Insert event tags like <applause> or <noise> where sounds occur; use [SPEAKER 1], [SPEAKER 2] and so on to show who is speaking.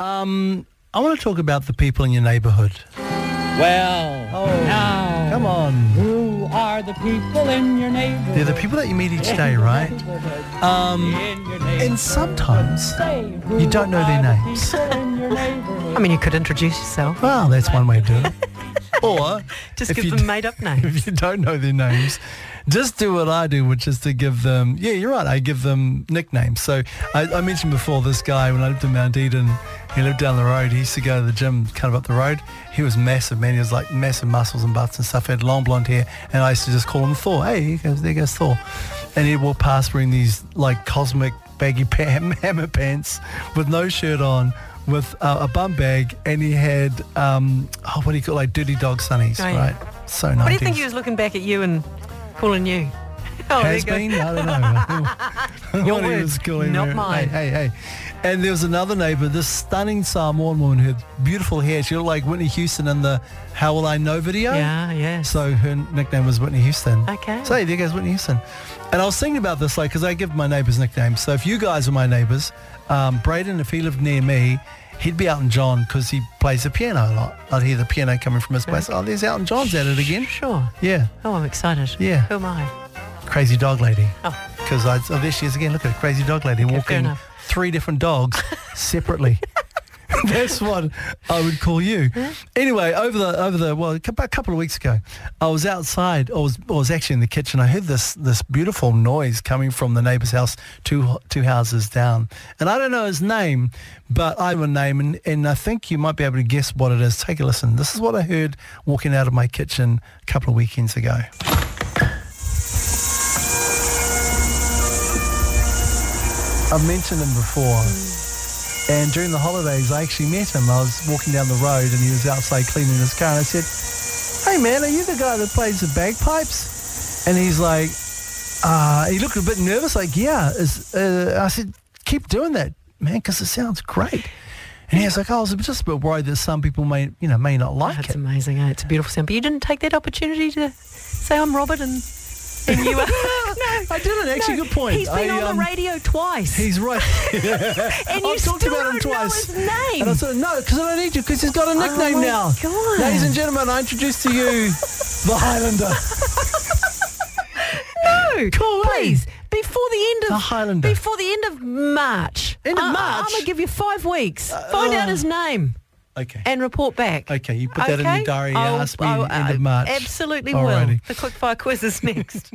[SPEAKER 1] Um, I want to talk about the people in your neighbourhood.
[SPEAKER 2] Well,
[SPEAKER 1] Oh,
[SPEAKER 2] now,
[SPEAKER 1] Come on.
[SPEAKER 2] who are the people in your neighborhood?
[SPEAKER 1] They're the people that you meet each day, right? Um,
[SPEAKER 2] In your neighborhood.
[SPEAKER 1] and sometimes,
[SPEAKER 2] Say who
[SPEAKER 1] you don't know their
[SPEAKER 2] are the
[SPEAKER 1] names.
[SPEAKER 2] people in your neighborhood?
[SPEAKER 3] I mean, you could introduce yourself.
[SPEAKER 1] well, that's one way to do
[SPEAKER 3] <laughs>
[SPEAKER 1] it. Or
[SPEAKER 3] Just
[SPEAKER 1] if
[SPEAKER 3] give
[SPEAKER 1] you
[SPEAKER 3] them
[SPEAKER 1] d-
[SPEAKER 3] made up names.
[SPEAKER 1] if you don't know their names, just do what I do, which is to give them. Yeah, you're right. I give them nicknames. So I, I mentioned before this guy when I lived in Mount Eden, he lived down the road. He used to go to the gym kind of up the road. He was massive, man. He was like massive muscles and butts and stuff. He had long blonde hair, and I used to just call him Thor. Hey, here goes, there goes Thor. And he'd walk past wearing these like cosmic baggy <laughs> pam, hammer pants with no shirt on. With uh, a bum bag, and he had um, oh, what do you call like dirty dog sunnies,
[SPEAKER 3] Oh, yeah.
[SPEAKER 1] right? So nice.
[SPEAKER 3] What do you think he was looking back at you and calling you? <laughs> Oh, there
[SPEAKER 1] Has
[SPEAKER 3] you go.
[SPEAKER 1] been? uh, I don't know.
[SPEAKER 3] <laughs> Your
[SPEAKER 1] What he
[SPEAKER 3] word,
[SPEAKER 1] was calling
[SPEAKER 3] not
[SPEAKER 1] her.
[SPEAKER 3] mine.
[SPEAKER 1] Hey, hey, hey. And there was another neighbour, this stunning Samoan woman who had beautiful hair. She looked like Whitney Houston in the How Will I Know video.
[SPEAKER 3] Yeah, yeah.
[SPEAKER 1] So her nickname was Whitney Houston.
[SPEAKER 3] Okay.
[SPEAKER 1] So hey, there goes Whitney Houston. And I was thinking about this, like, because I give my neighbours nicknames. So if you guys are my neighbours, um, Braden, if he lived near me, he'd be Elton John because he plays the piano a lot. I'd hear the piano coming from his place. Oh, there's Elton John's at it again.
[SPEAKER 3] Sure.
[SPEAKER 1] Yeah.
[SPEAKER 3] Oh, I'm excited.
[SPEAKER 1] Yeah.
[SPEAKER 3] Who am I?
[SPEAKER 1] crazy dog lady.
[SPEAKER 3] Oh.
[SPEAKER 1] Because I oh, there she is again. Look at a crazy dog lady
[SPEAKER 3] fair
[SPEAKER 1] walking
[SPEAKER 3] enough.
[SPEAKER 1] three different dogs
[SPEAKER 3] <laughs>
[SPEAKER 1] separately. That's what I would call you. Anyway, over the over the well, cou- about a couple of weeks ago, I was outside. I was I was actually in the kitchen. I heard this this beautiful noise coming from the neighbour's house, two two houses down. And I don't know his name, but I have a name, and, and I think you might be able to guess what it is. Take a listen. This is what I heard walking out of my kitchen a couple of weekends ago. I've mentioned him before. And during the holidays, I actually met him. I was walking down the road and he was outside cleaning his car. And I said, hey, man, are you the guy that plays the bagpipes? And he's like, uh, he looked a bit nervous, like, yeah. Is, uh, I said, keep doing that, man, because it sounds great. And he was like, oh, I was just a bit worried that some people may, you know, may not like
[SPEAKER 3] That's
[SPEAKER 1] it.
[SPEAKER 3] amazing. eh? It's a beautiful sound. But you didn't take that opportunity to say I'm Robert and and
[SPEAKER 1] <laughs>
[SPEAKER 3] you are. no,
[SPEAKER 1] I didn't, actually,
[SPEAKER 3] no.
[SPEAKER 1] good point.
[SPEAKER 3] He's been
[SPEAKER 1] I,
[SPEAKER 3] on
[SPEAKER 1] um,
[SPEAKER 3] the radio twice,
[SPEAKER 1] He's right.
[SPEAKER 3] <laughs> and you
[SPEAKER 1] I've
[SPEAKER 3] still
[SPEAKER 1] talked about him
[SPEAKER 3] don't know
[SPEAKER 1] twice.
[SPEAKER 3] his name. Oh
[SPEAKER 1] And I said, no, because I don't need you, because he's got a nickname
[SPEAKER 3] my
[SPEAKER 1] now.
[SPEAKER 3] God.
[SPEAKER 1] Ladies and gentlemen, I introduce to you the Highlander.
[SPEAKER 3] <laughs> No, please. Before the end of
[SPEAKER 1] The Highlander.
[SPEAKER 3] Before the end of March.
[SPEAKER 1] End of
[SPEAKER 3] I-
[SPEAKER 1] March?
[SPEAKER 3] I'm gonna give you five weeks. Find out his name
[SPEAKER 1] Okay.
[SPEAKER 3] and report back.
[SPEAKER 1] Okay, you put that in your diary, you ask me end of March.
[SPEAKER 3] Absolutely will.
[SPEAKER 1] Alrighty.
[SPEAKER 3] The quickfire quiz is <laughs> next.